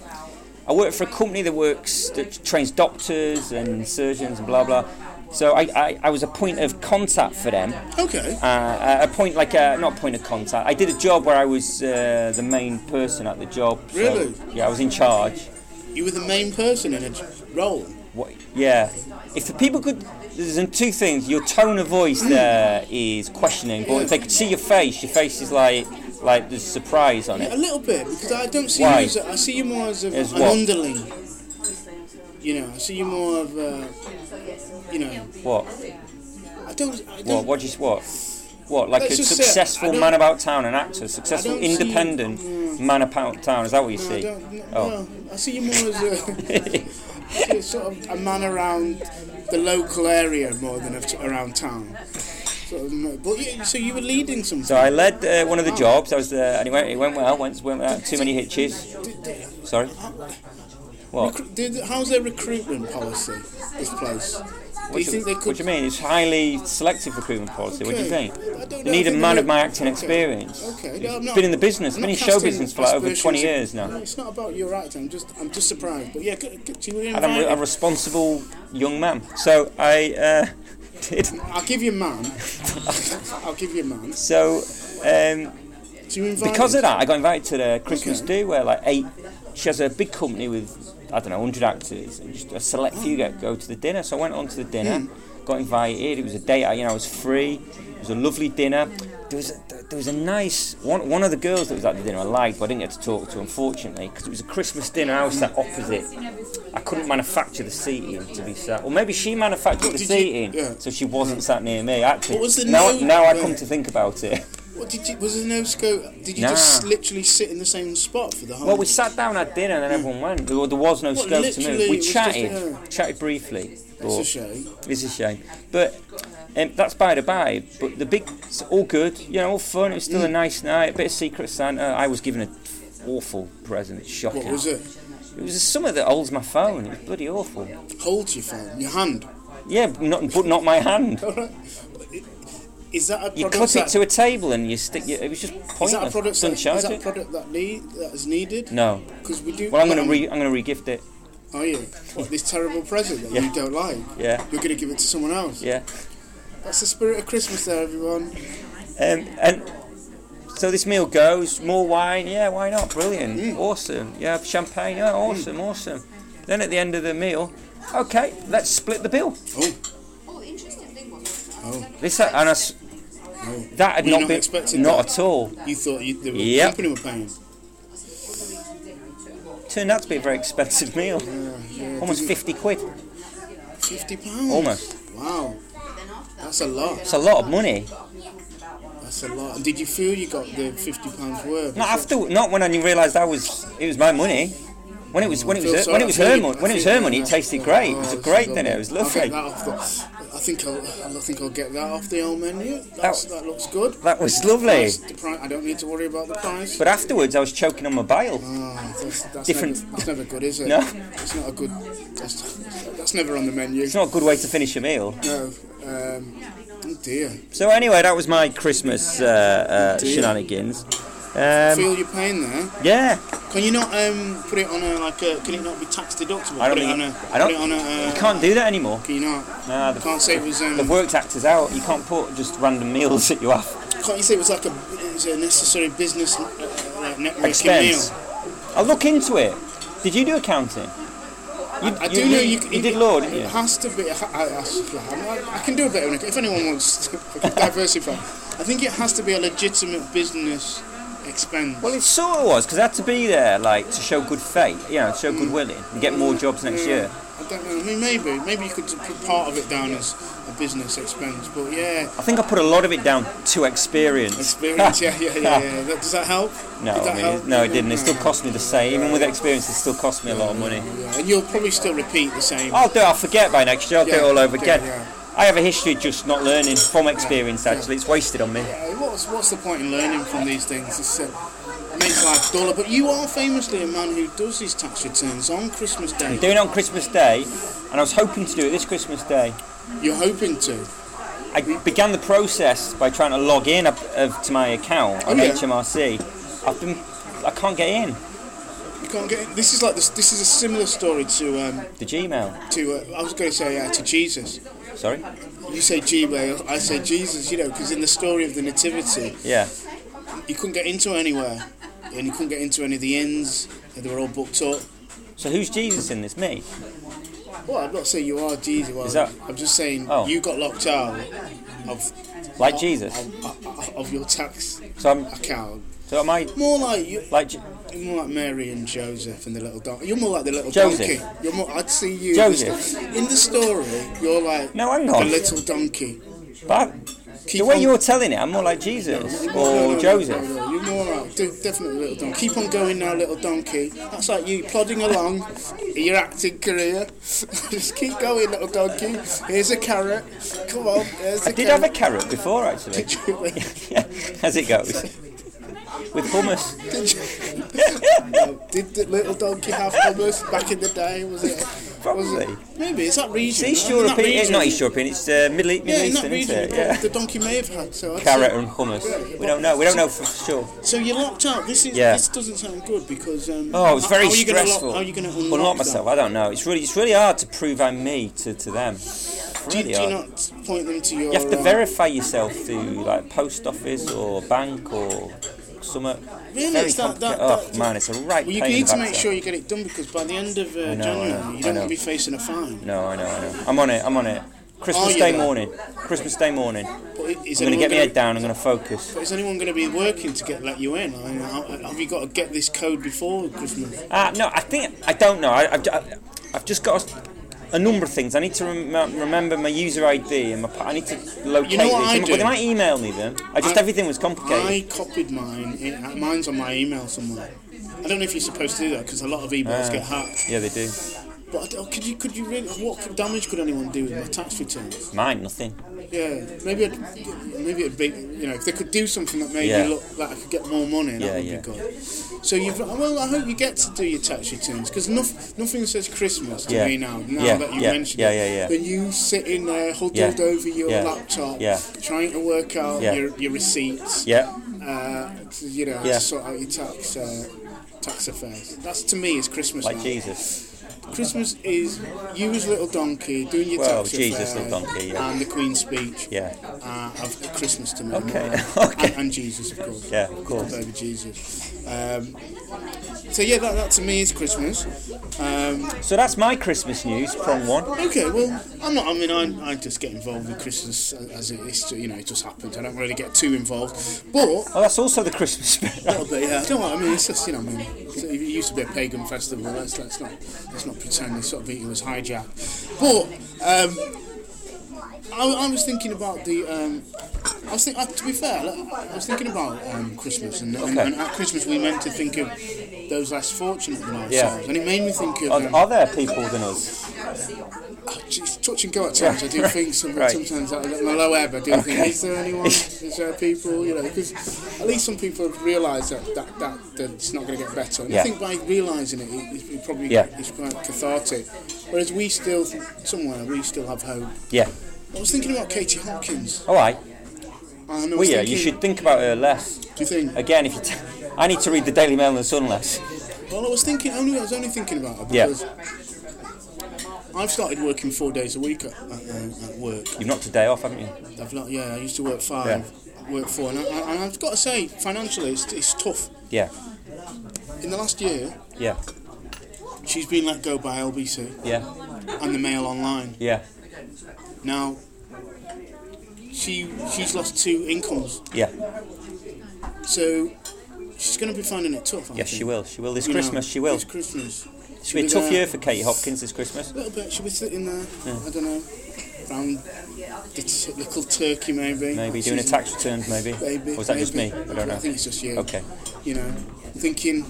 B: I work for a company that works that trains doctors and surgeons and blah blah. So I, I, I was a point of contact for them.
A: Okay.
B: Uh, a point like a not point of contact. I did a job where I was uh, the main person at the job. so-
A: Really?
B: Yeah, I was in charge.
A: You were the main person in a j- role.
B: What, yeah. If the people could, there's two things. Your tone of voice there is questioning, but if they could see your face, your face is like like there's surprise on it.
A: A little bit, because I don't see
B: Why?
A: you as a, I see you more as, a,
B: As
A: an
B: what?
A: underling. You know, I see you more of a, you know,
B: What?
A: I don't, I don't
B: What? What? Just what? What? Like
A: Let's
B: a
A: just say, I
B: successful
A: don't-
B: man about town, an actor, successful
A: don't see-
B: independent man about town. Is that what you
A: I
B: see?
A: don't, no,
B: Oh.
A: no, I see you more as a, as sort of a man around the local area more than a t around town. Sort of, no, but you, so you were leading something.
B: So I led uh, one of the jobs. I was there, and it went, it went well. Went, went without too many hitches.
A: Did- did-
B: Sorry. What?
A: recru- did- how's their recruitment policy? This place. Do you
B: What you,
A: think they could?
B: what do you mean? It's highly selective recruitment policy. What do you
A: Okay.
B: think?
A: I don't
B: You
A: know,
B: need
A: I
B: a
A: think
B: man
A: they-
B: of my acting
A: okay.
B: experience.
A: Okay, no, I'm not,
B: Been in the business.
A: I'm
B: Been in
A: not
B: show
A: casting
B: business for like over 20
A: aspersions.
B: years now.
A: No, it's not about your acting. I'm just, I'm just surprised. But yeah, could, could, you
B: And I'm re- a
A: invite?
B: responsible young man. So I uh, did.
A: I'll give you a man. I'll give you a man.
B: So um,
A: Do you invite?
B: because
A: him?
B: of that, I got invited to the Christmas
A: Okay.
B: do where like eight. She has a big company with I don't know 100 actors, and just a select few go, go to the dinner. So I went on to the dinner,
A: Hmm.
B: got invited. It was a date. I- You know, I was free. It was a lovely dinner. There was a, there was a nice one. One of the girls that was at the dinner I liked, but I didn't get to talk to unfortunately because it was a Christmas dinner. I was sat opposite. I couldn't manufacture the seating to be sat, or maybe she manufactured the
A: Did you-
B: seating,
A: yeah.
B: so she wasn't sat near me. Actually,
A: What was the
B: now,
A: note
B: now I
A: there?
B: come to think about it.
A: What did you, was there no scope? Did you
B: Nah.
A: just literally sit in the same spot for the whole?
B: Well, we sat down at dinner and then everyone went. There, there was no scope to
A: literally,
B: move.
A: it
B: We
A: was
B: chatted,
A: just, yeah.
B: chatted briefly.
A: It's a
B: But
A: shame.
B: it's a shame. But um, that's by the by. But the big, it's all good, you know, all fun. It was
A: Mm.
B: still a nice night. A bit of Secret Santa. I was given an awful present. It's shocking.
A: What was it?
B: It was something that holds my phone. It was bloody awful.
A: Hold your phone, your hand.
B: Yeah, but not, but not my hand.
A: All right. Is that a product
B: You clip it
A: that,
B: to a table and you stick. You, it was just
A: is that a
B: pointless.
A: product
B: Don't
A: that, is
B: charge
A: that a
B: it.
A: product that need that is needed?
B: No.
A: Because we do. um,
B: Well, I'm gonna re. I'm gonna re-gift it.
A: Are you? What, this terrible present that
B: Yeah.
A: you don't like?
B: Yeah.
A: You're gonna give it to someone else.
B: Yeah.
A: That's the spirit of Christmas, there, everyone.
B: Um, and so this meal goes, more wine, yeah, why not? Brilliant,
A: Mm.
B: awesome. You have champagne, yeah, awesome, awesome. Then at the end of the meal, okay, let's split the bill.
A: Oh,
B: This uh, and I, s-
A: no.
B: that had
A: Oh. Were you
B: not
A: not
B: been
A: expecting
B: not
A: that?
B: at all.
A: You thought you, the
B: Yep.
A: company were paying.
B: Turned out to be a very expensive meal,
A: Uh, yeah,
B: almost
A: didn't-
B: fifty quid.
A: fifty pounds.
B: Almost.
A: Wow. That's a lot.
B: It's a lot of money.
A: That's a lot. And did you feel you got the fifty pounds worth?
B: Not after, not when I realised I was it was my money. When it was when it was her, when it was her money, when it was her money, it
A: Oh,
B: tasted great. It was a great dinner. It was
A: i
B: lovely.
A: I think I'll, I think I'll get that off the old menu. That's, that looks good.
B: That was lovely.
A: That's the pri- I don't need to worry about the price.
B: But afterwards, I was choking on my bile.
A: Ah, that's, that's
B: Different-
A: Never, that's never good, is it?
B: No.
A: It's not a good. That's, that's never on the menu.
B: It's not a good way to finish a meal.
A: No. Um, oh dear.
B: So anyway, that was my Christmas uh, uh,
A: Oh, Dear.
B: shenanigans. Um,
A: Feel your pain there.
B: yeah,
A: Can you not um, put it on a like a? Can it not be tax deductible?
B: I don't
A: put it
B: think
A: on
B: it-
A: a.
B: I don't-
A: Put it on a. Uh,
B: You can't do that anymore.
A: Can you not?
B: Nah, the,
A: Can't say it was. Um,
B: they've worked actors out. You can't put just random meals that you have.
A: can't you say it was like a? It was a necessary business uh, like networking
B: Expense.
A: meal.
B: I'll look into it. Did you do accounting? You,
A: I do know you.
B: You,
A: c-
B: did law, didn't
A: It
B: you?
A: has to be. I, I, I, I can do a bit of it if anyone wants to diversify. I think it has to be a legitimate business expense.
B: Well, it sort of was because I had to be there, like, to show good faith, you know, to show good willing, and get more jobs next
A: Yeah.
B: year.
A: I don't know. I mean, maybe, maybe you could put part of it down as a business expense. But yeah,
B: I think I put a lot of it down to experience.
A: experience. yeah, yeah, yeah. yeah. That, does that help?
B: No,
A: Did that
B: I mean,
A: help?
B: it- no, it didn't.
A: No.
B: It still cost me the same. Even with experience, it still cost me a lot of money.
A: Yeah, and you'll probably still repeat the same.
B: I'll do. it. I'll forget by next year. I'll do it all over
A: yeah,
B: again.
A: yeah.
B: I have a history of just not learning from experience. Actually, it's wasted on me.
A: Yeah, what's what's the point in learning from these things? It's, uh, it makes life duller. But you are famously a man who does his tax returns on Christmas Day.
B: I'm doing it on Christmas Day, and I was hoping to do it this Christmas Day.
A: You're hoping to.
B: I began the process by trying to log in up, of, to my account on
A: Oh, yeah.
B: HMRC. I've been, I can't get in
A: You can't get. In. This is like this. This is a similar story to um,
B: the Gmail.
A: to. Uh, I was going to say uh, to Jesus.
B: Sorry.
A: You say Gmail, I say Jesus. You know, because in the story of the Nativity,
B: Yeah.
A: you couldn't get into anywhere, and you couldn't get into any of the inns. And they were all booked up.
B: So who's Jesus in this? Me.
A: Well, I'm not saying you are Jesus. Well,
B: Is that-
A: I'm just saying
B: Oh.
A: you got locked out of
B: Like Jesus.
A: of, of, of your tax
B: So I'm.
A: account.
B: So am I?
A: More like you,
B: Like J-
A: You're more like Mary and Joseph and the little donkey. You're more like the little
B: Joseph.
A: donkey. You're more, I'd see you.
B: Joseph.
A: In the story, you're like
B: No, I'm
A: the
B: not.
A: little donkey.
B: But
A: Keep
B: the way
A: on-
B: you're telling it, I'm more like Jesus or Joseph.
A: no, you're more like de- definitely little donkey. Keep on going now, little donkey. That's like you plodding along in your acting career. Just keep going, little donkey. Here's a carrot. Come on. Here's
B: I did have a carrot before, actually.
A: carrot.
B: As it goes. With hummus.
A: Did, you, did the little donkey have hummus back in the day? Was it? Was
B: Probably.
A: it maybe it's that region.
B: It's East
A: I mean, that
B: European. It's
A: region.
B: not East European. It's uh, Middle, E-
A: Yeah,
B: Middle
A: in that
B: Eastern, isn't
A: region.
B: it? Yeah.
A: The donkey may have had so. I'd
B: Carrot
A: say-
B: and hummus. We don't know. We don't know for sure.
A: So you're locked out. This is.
B: Yeah.
A: This doesn't sound good because. Um,
B: Oh, it's
A: how-
B: very
A: how are you gonna
B: stressful.
A: Lock, how are you going to unlock
B: well, not
A: that?
B: myself. I don't know. It's really, it's really hard to prove I'm me to, to them.
A: Do, you-
B: Really
A: do you
B: hard.
A: not point them to your?
B: You have to
A: um,
B: verify yourself through like post office or bank or some.
A: uh, Really,
B: very
A: it's that-
B: complicated.
A: that-
B: oh
A: that-
B: man, it's a right
A: Well, you
B: pain in
A: need
B: the
A: to make
B: backside.
A: sure you get it done because by the end of uh,
B: I know, I
A: January,
B: know,
A: you
B: I
A: don't want
B: know.
A: to be facing a fine.
B: No, I know, I know. I'm on it. I'm on it.
A: Are
B: Christmas
A: you
B: Day
A: though?
B: morning. Christmas Day morning. I'm
A: But i- is
B: gonna
A: anyone
B: get my
A: gonna-
B: head down. I'm gonna focus.
A: But is anyone going to be working to get let you in? I mean, how, have you got to get this code before Christmas?
B: Uh, no, I think I don't know. I, I've, ju- I've just got a number of things. I need to rem- remember my user ID and my. pa- I need to locate
A: You know what
B: these.
A: I
B: But they
A: do?
B: might email me them. I just
A: I-
B: everything was complicated.
A: I copied mine. It, mine's on my email somewhere. I don't know if you're supposed to do that because a lot of emails
B: Ah.
A: get hacked.
B: yeah, they do.
A: But I don't- could you could you really what could- damage could anyone do with my tax returns?
B: Mine, nothing.
A: Yeah, maybe I'd, maybe it'd be you know if they could do something that made
B: Yeah.
A: me look that I could get more money. That
B: Yeah,
A: would
B: yeah.
A: be good. So you've well, I hope you get to do your tax returns because nothing says Christmas to
B: Yeah.
A: me now. Now
B: Yeah,
A: that you
B: yeah,
A: mentioned
B: yeah,
A: it,
B: yeah, yeah.
A: When you sitting there huddled
B: Yeah,
A: over your
B: yeah,
A: laptop,
B: yeah.
A: trying to work out
B: Yeah.
A: your, your receipts.
B: Yeah.
A: uh, to, you know,
B: Yeah.
A: to sort out your tax uh, tax affairs. That's to me is Christmas.
B: Like
A: now.
B: Jesus.
A: Christmas is you as little donkey doing your
B: Well,
A: tax
B: Jesus,
A: affairs
B: little donkey, yeah.
A: and the Queen's speech.
B: Yeah.
A: Uh, of Christmas to me.
B: Okay,
A: And-
B: okay.
A: And, Jesus, of course.
B: Yeah, of course.
A: Baby Jesus. Um, so yeah, that, that to me is Christmas. Um,
B: So that's my Christmas news. Prong one.
A: okay, well, I'm not. I mean, I, I just get involved with Christmas as it is. You know, it just happens. I don't really get too involved, but
B: Oh, that's also the Christmas spirit.
A: Well, but yeah, you know what I mean. It's just you know, I mean, it's- it used to be a pagan festival. Let's let's not let's not pretend this sort of it was hijacked. But um, I, I was thinking about the. Um, I was think, uh, to be fair, like, I was thinking about um, Christmas, and, and,
B: Okay.
A: and at Christmas we meant to think of those less fortunate than ourselves,
B: Yeah.
A: and it made me think of.
B: Are,
A: Um,
B: are there people than us?
A: it's touch and go at times. I do
B: Right,
A: think some,
B: right.
A: sometimes at my low ebb, I do think, is there anyone? is there people? You know, because at least some people have realised that, that, that, that it's not going to get better. And
B: Yeah.
A: I think by realising it, it, it's- it probably
B: Yeah.
A: it's quite cathartic. Whereas we still, somewhere, we still have hope.
B: Yeah.
A: I was thinking about Katie Hopkins.
B: All right.
A: And I
B: Well,
A: was
B: yeah.
A: thinking,
B: You should think about her less.
A: Do you think?
B: Again, if you, t- I need to read the Daily Mail and the Sun less.
A: Well, I was thinking only. I was only thinking about it
B: Yeah.
A: because I've started working four days a week at, at, uh, at work.
B: You've knocked a day off, haven't you?
A: I've not, yeah, I used to work five, work four, and, I, I- and I've got to say, financially, it's, it's tough.
B: Yeah,
A: In the last year,
B: yeah,
A: she's been let go by LBC
B: yeah,
A: and the Mail Online.
B: yeah,
A: Now, she she's lost two incomes,
B: yeah.
A: so she's going to be finding it tough. I
B: Yes,
A: think.
B: she will. She will this
A: You know,
B: Christmas. She will.
A: It's Christmas.
B: It's been a tough year for Katie Hopkins this Christmas.
A: A little bit. She'll be sitting there. I don't know, round the t- little turkey maybe.
B: Maybe
A: She's
B: doing a tax returns, maybe.
A: Baby,
B: Or was that just me?
A: maybe.
B: I don't
A: I
B: know.
A: think it's just you.
B: Okay.
A: you know, thinking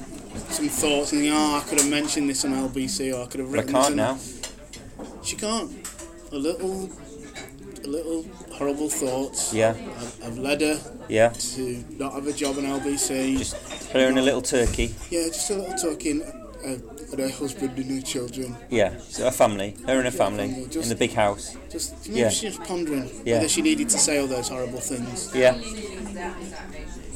A: some thoughts and thinking, oh, I could have mentioned this on LBC or I could have
B: But I
A: written
B: can't
A: this. on-"
B: now.
A: She can't. A little, a little horrible thoughts.
B: Yeah,
A: I've, I've led her
B: yeah.
A: to not have a job on LBC.
B: Just put her in a little turkey.
A: yeah, just a little talking uh, at her husband and her children.
B: Yeah, so a family. Her and her family
A: family,
B: in
A: just-
B: the big house.
A: Just maybe
B: Yeah.
A: she's pondering
B: Yeah.
A: whether she needed to say all those horrible things.
B: Yeah.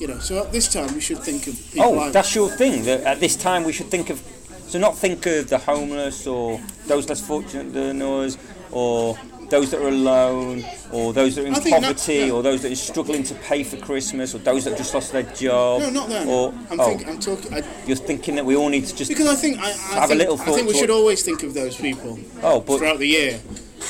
A: You know, so at this time we should think of people
B: Oh,
A: like
B: that's your thing. That at this time we should think of, so not think of the homeless or those less fortunate than us, or those that are alone, or those that are in
A: I think that-
B: poverty,
A: yeah.
B: or those that are struggling to pay for Christmas, or those that have just lost their job.
A: no, not them.
B: Or
A: I'm,
B: oh,
A: think, I'm talking I,
B: you're thinking that we all need to just
A: because I think I, I
B: Have a
A: think,
B: little
A: I
B: thought
A: think we
B: to-
A: should always think of those people.
B: oh, but
A: throughout the year.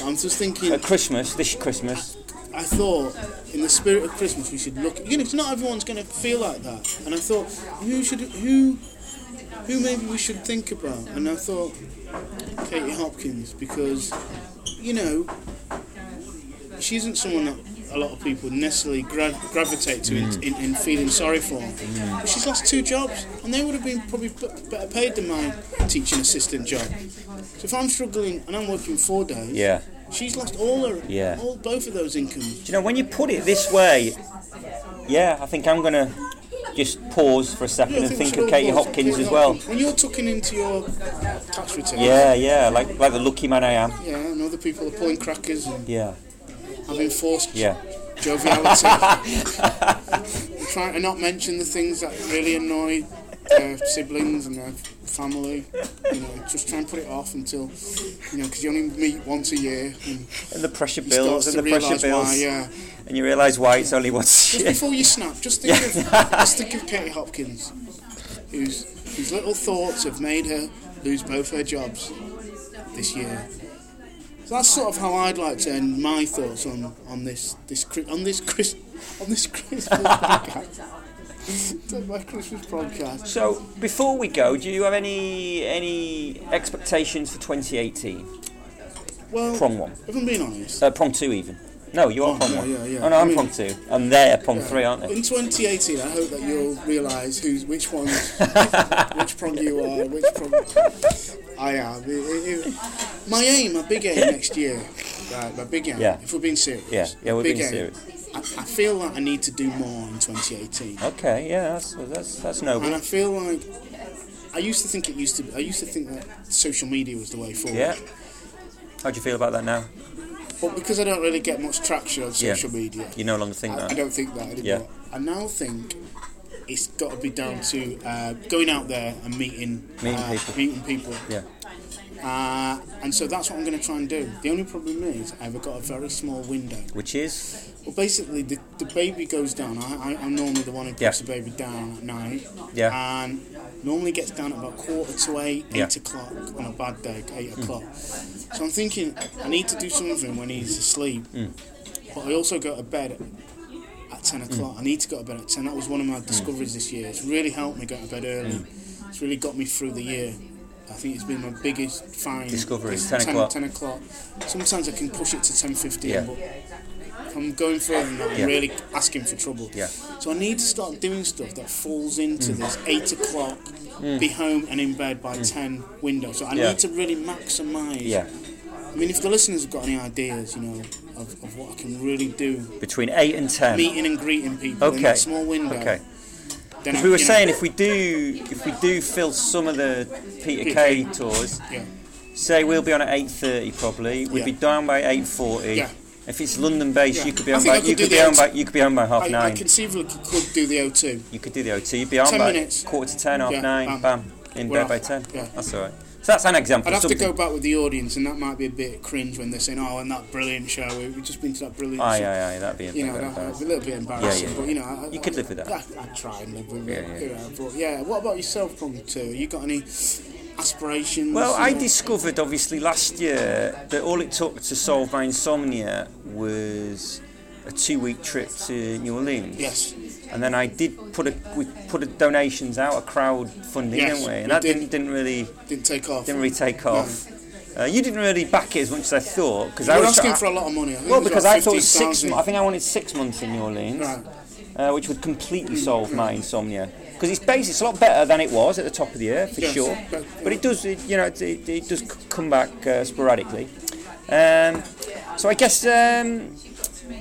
A: I'm just thinking.
B: at Christmas, this Christmas,
A: I thought, in the spirit of Christmas, we should look. You know, 'cause not everyone's going to feel like that. And I thought, who should, who, who maybe we should think about? And I thought, Katie Hopkins, because, you know, she isn't someone that a lot of people necessarily gra- gravitate to in, in, in feeling sorry for. But she's lost two jobs, and they would have been probably b- better paid than my teaching assistant job. So if I'm struggling and I'm working four days,
B: yeah.
A: She's lost all her,
B: Yeah.
A: all both of those incomes.
B: Do you know when you put it this way? Yeah, I think I'm gonna just pause for a second
A: I
B: and think
A: we
B: of
A: should
B: Katie
A: all pause.
B: Hopkins
A: Katie
B: as well.
A: Hopkins. When you're tucking into your tax return,
B: Yeah, yeah, like like the lucky man I am.
A: yeah, and other people are pulling crackers and
B: Yeah,
A: having forced
B: yeah,
A: joviality. I'm trying to not mention the things that really annoy their siblings and their family. You know, just try and put it off until, you know, because you only meet once a year and
B: and the pressure
A: you
B: bills and
A: start to
B: the pressure
A: realise
B: bills,
A: why. Yeah.
B: and you realise why it's only once.
A: Just
B: a year.
A: before you snap, just think, of, just think of Katie Hopkins, whose, whose little thoughts have made her lose both her jobs this year. So that's sort of how I'd like to end my thoughts on, on this this Chri- on this Chris on this Christmas podcast. Done my Christmas podcast.
B: So before we go, do you have any any expectations for 2018?
A: Well,
B: Prong one,
A: if I'm being honest,
B: uh, prong two even. No, you are
A: Oh,
B: prong
A: yeah,
B: one.
A: yeah, yeah.
B: Oh no,
A: I
B: I'm
A: mean-
B: prong two, and they're prong three, aren't they?
A: in 2018, I hope that you'll realise who's which ones, which prong you are, which prong I am. It- it- it- my aim, my big aim next year, right, my big aim,
B: Yeah.
A: if we're being serious,
B: Yeah, yeah,
A: my
B: we're
A: big
B: being
A: aim,
B: serious.
A: I, I feel like I need to do more in 2018.
B: Okay, yeah, that's that's that's noble.
A: And I feel like I used to think it used to. I used to think that social media was the way forward.
B: Yeah. How do you feel about that now?
A: But because I don't really get much traction on
B: Yeah.
A: social media,
B: You no longer think
A: I, I
B: that.
A: don't think that anymore.
B: Yeah.
A: I now think it's got to be down to uh, going out there and meeting
B: Meeting
A: uh,
B: people.
A: Meeting people.
B: Yeah.
A: Uh, and so that's what I'm going to try and do. The only problem is I've got a very small window.
B: Which is
A: Well, basically, the, the baby goes down. I, I, I'm normally the one who puts
B: Yeah.
A: the baby down at night.
B: yeah,
A: And normally gets down at about quarter to eight,
B: Yeah.
A: eight o'clock on a bad day, eight o'clock. So I'm thinking I need to do something when he's asleep.
B: Mm.
A: But I also go to bed at, at ten o'clock. I need to go to bed at ten. That was one of my
B: Mm.
A: discoveries this year. It's really helped me go to bed early. It's really got me through the year. I think it's been my biggest find.
B: Discovery,
A: is
B: 10 o'clock.
A: 10 o'clock. Sometimes I can push it to ten fifteen,
B: Yeah.
A: but if I'm going further than that, I'm
B: Yeah.
A: really asking for trouble.
B: Yeah. Mm.
A: So I need to start doing stuff that falls into this eight o'clock, be home and in bed by ten window. So I
B: Yeah.
A: need to really maximise.
B: yeah.
A: I mean, if the listeners have got any ideas, you know, of, of what I can really do,
B: Between eight and ten.
A: meeting and greeting people in
B: Um, Okay.
A: that small window.
B: Okay.
A: Then
B: Because
A: I-
B: we were
A: you know,
B: saying if we do if we do fill some of the Peter Kay tours,
A: Yeah.
B: say we'll be on at eight thirty probably. We'd be
A: Yeah.
B: down by eight forty.
A: Yeah.
B: If it's London based,
A: Yeah.
B: you could be
A: I
B: on
A: think
B: by
A: I could
B: you
A: do
B: could
A: the
B: be on
A: O2.
B: by you could be on by half
A: I, I
B: nine.
A: conceivably could do the O2.
B: You could do the OT. You'd be on
A: 10
B: by
A: minutes.
B: quarter to ten, half
A: Yeah,
B: nine, bam.
A: bam.
B: in
A: We're
B: Dead by
A: off.
B: 10.
A: Yeah.
B: That's all right. So that's an example.
A: I'd have to
B: something-
A: go back with the audience, and that might be a bit cringe when they're saying, "Oh, and that brilliant show. we- We've just been to that brilliant
B: Aye,
A: show."
B: aye, aye. That'd be a
A: You
B: bit
A: know, that, that's a
B: embarrassing.
A: little bit embarrassing,
B: yeah,
A: but you know, I,
B: You
A: I-
B: could live with that.
A: I, I try and live with
B: Yeah,
A: it.
B: yeah.
A: You know, but yeah, what about yourself, Punkter? You got any aspirations?
B: Well, I
A: or-
B: discovered obviously last year that all it took to solve my insomnia was a two-week trip to New Orleans.
A: Yes,
B: And then I did put a we put a donations out, a crowdfunding,
A: Yes,
B: didn't we? And
A: we
B: that
A: did.
B: didn't didn't really
A: didn't take off.
B: didn't really take off. Uh, you didn't really back it as much as I thought because I
A: We're
B: was try-
A: asking for a lot of money. I think
B: well
A: it was
B: because
A: like
B: I thought it was six.
A: 15,000.
B: mo- I think I wanted six months in New Orleans,
A: Right.
B: uh, which would completely solve my insomnia. Because it's base, it's a lot better than it was at the top of the year for
A: Yes,
B: sure.
A: but-
B: But it does, it, you know, it, it, it does c- come back uh, sporadically. Um, so I guess um,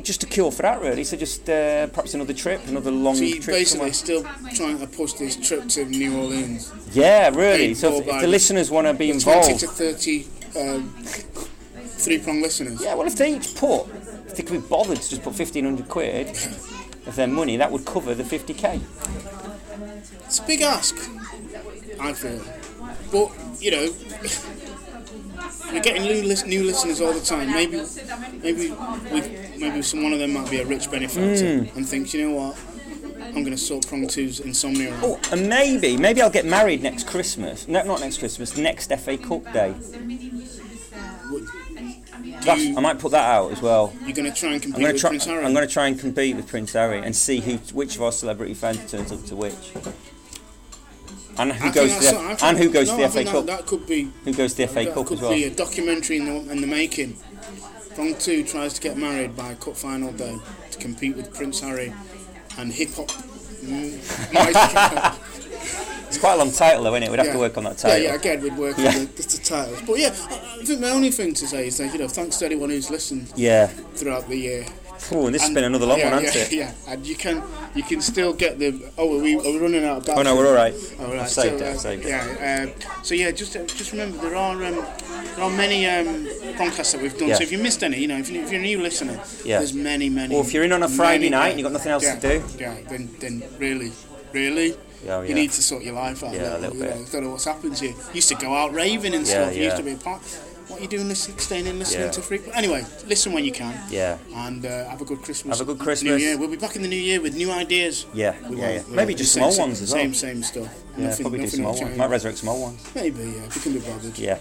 B: just a cure for that really. So just uh, perhaps another trip, another long
A: So
B: trip.
A: you're basically
B: somewhere.
A: still trying to push this trip to New Orleans.
B: Yeah, really.
A: paid
B: So
A: for
B: if, if
A: by
B: the listeners want to be
A: 20 to
B: involved,
A: 30 um, three prong listeners.
B: yeah. Well, if they each put, if they could be bothered to just put fifteen hundred quid of their money, that would cover the fifty k.
A: It's a big ask, I feel. But, you know, we're getting new, lis- new listeners all the time. Maybe maybe we, maybe some one of them might be a rich benefactor
B: Hmm.
A: and thinks, you know what, I'm going to sort prong two's insomnia out.
B: Oh, and maybe, maybe I'll get married next Christmas. No, not next Christmas. Next FA Cup day. That's, I might put that out as well.
A: You're going to try and
B: I'm
A: compete
B: going to
A: with
B: try.
A: Prince Harry.
B: I'm going to try and compete with Prince Harry and see who, which of our celebrity fans turns up to which, and who
A: I think
B: goes to
A: that's
B: the,
A: so- I think-
B: and who goes
A: no,
B: to the
A: I
B: FA
A: think
B: Cup.
A: That, that could be
B: who goes to the FA
A: that
B: Cup
A: could
B: as well.
A: be a documentary in the, in the making. Prong two tries to get married by cup final day to compete with Prince Harry and hip hop. mm, maestro.
B: It's quite a long title, though, isn't it? We'd have to
A: Yeah.
B: work on that title.
A: Yeah, yeah, again, we'd work
B: Yeah.
A: on the, just the titles. But yeah, I I think my only thing to say is that, you know, thanks to anyone who's listened
B: Yeah.
A: throughout the year.
B: Ooh, and this has
A: And-
B: been another long
A: yeah,
B: one, hasn't
A: yeah,
B: it?
A: Yeah, and you can you can still get the. Oh, are we, are we running out of battery?
B: Oh no, we're all right.
A: All right,
B: I've saved
A: so,
B: it.
A: uh,
B: I've saved it.
A: yeah, uh, so yeah, just uh, just remember there are um, there are many um, podcasts that we've done.
B: Yeah.
A: So if you missed any, you know, if, you, if you're a new listener,
B: Yeah.
A: there's many, many.
B: Or if you're in on a Friday
A: many-
B: night and you've got nothing else
A: yeah,
B: to do.
A: yeah, then then really, really,
B: Yeah,
A: you
B: Oh, yeah.
A: need to sort your life out.
B: Yeah, a little
A: you
B: bit.
A: Know, don't know what's happened to you. Used to go out raving and
B: Yeah,
A: stuff.
B: yeah.
A: Used to be a part. What are you doing? Listening, staying in, listening
B: Yeah.
A: to freak. But anyway, listen when you can.
B: Yeah.
A: And uh, have a good Christmas.
B: Have a good
A: New
B: Christmas.
A: year. We'll be back in the new year with new ideas.
B: Yeah,
A: We
B: yeah, yeah.
A: won't.
B: Maybe just
A: Same-
B: small
A: same-
B: ones as
A: Same,
B: well.
A: same stuff.
B: Yeah,
A: nothing,
B: probably do
A: nothing
B: small
A: will
B: ones.
A: change.
B: Might resurrect small ones.
A: Maybe, yeah, if you can be bothered.
B: Yeah.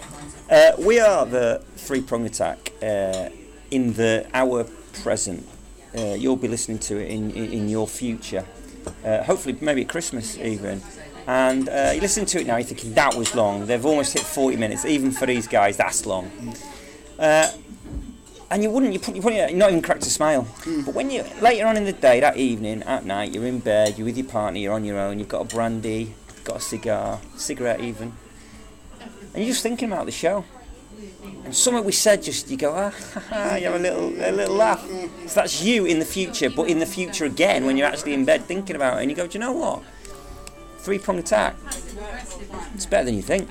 B: Uh, we are the three prong attack uh, in the our present. Uh, you'll be listening to it in, in, in your future. Uh, hopefully, maybe at Christmas even. And uh, you listen to it now, you're thinking that was long. They've almost hit 40 minutes. Even for these guys, that's long. Uh, and you wouldn't, you put, you put, you're not even cracked a smile. But when you later on in the day, that evening, at night, you're in bed, you're with your partner, you're on your own, you've got a brandy, got a cigar, cigarette even, and you're just thinking about the show. And something we said just you go ah, ha, ha, you have a little a little laugh. So that's you in the future, but in the future again when you're actually in bed thinking about it, and you go, do you know what? Three prong attack. It's better than you think.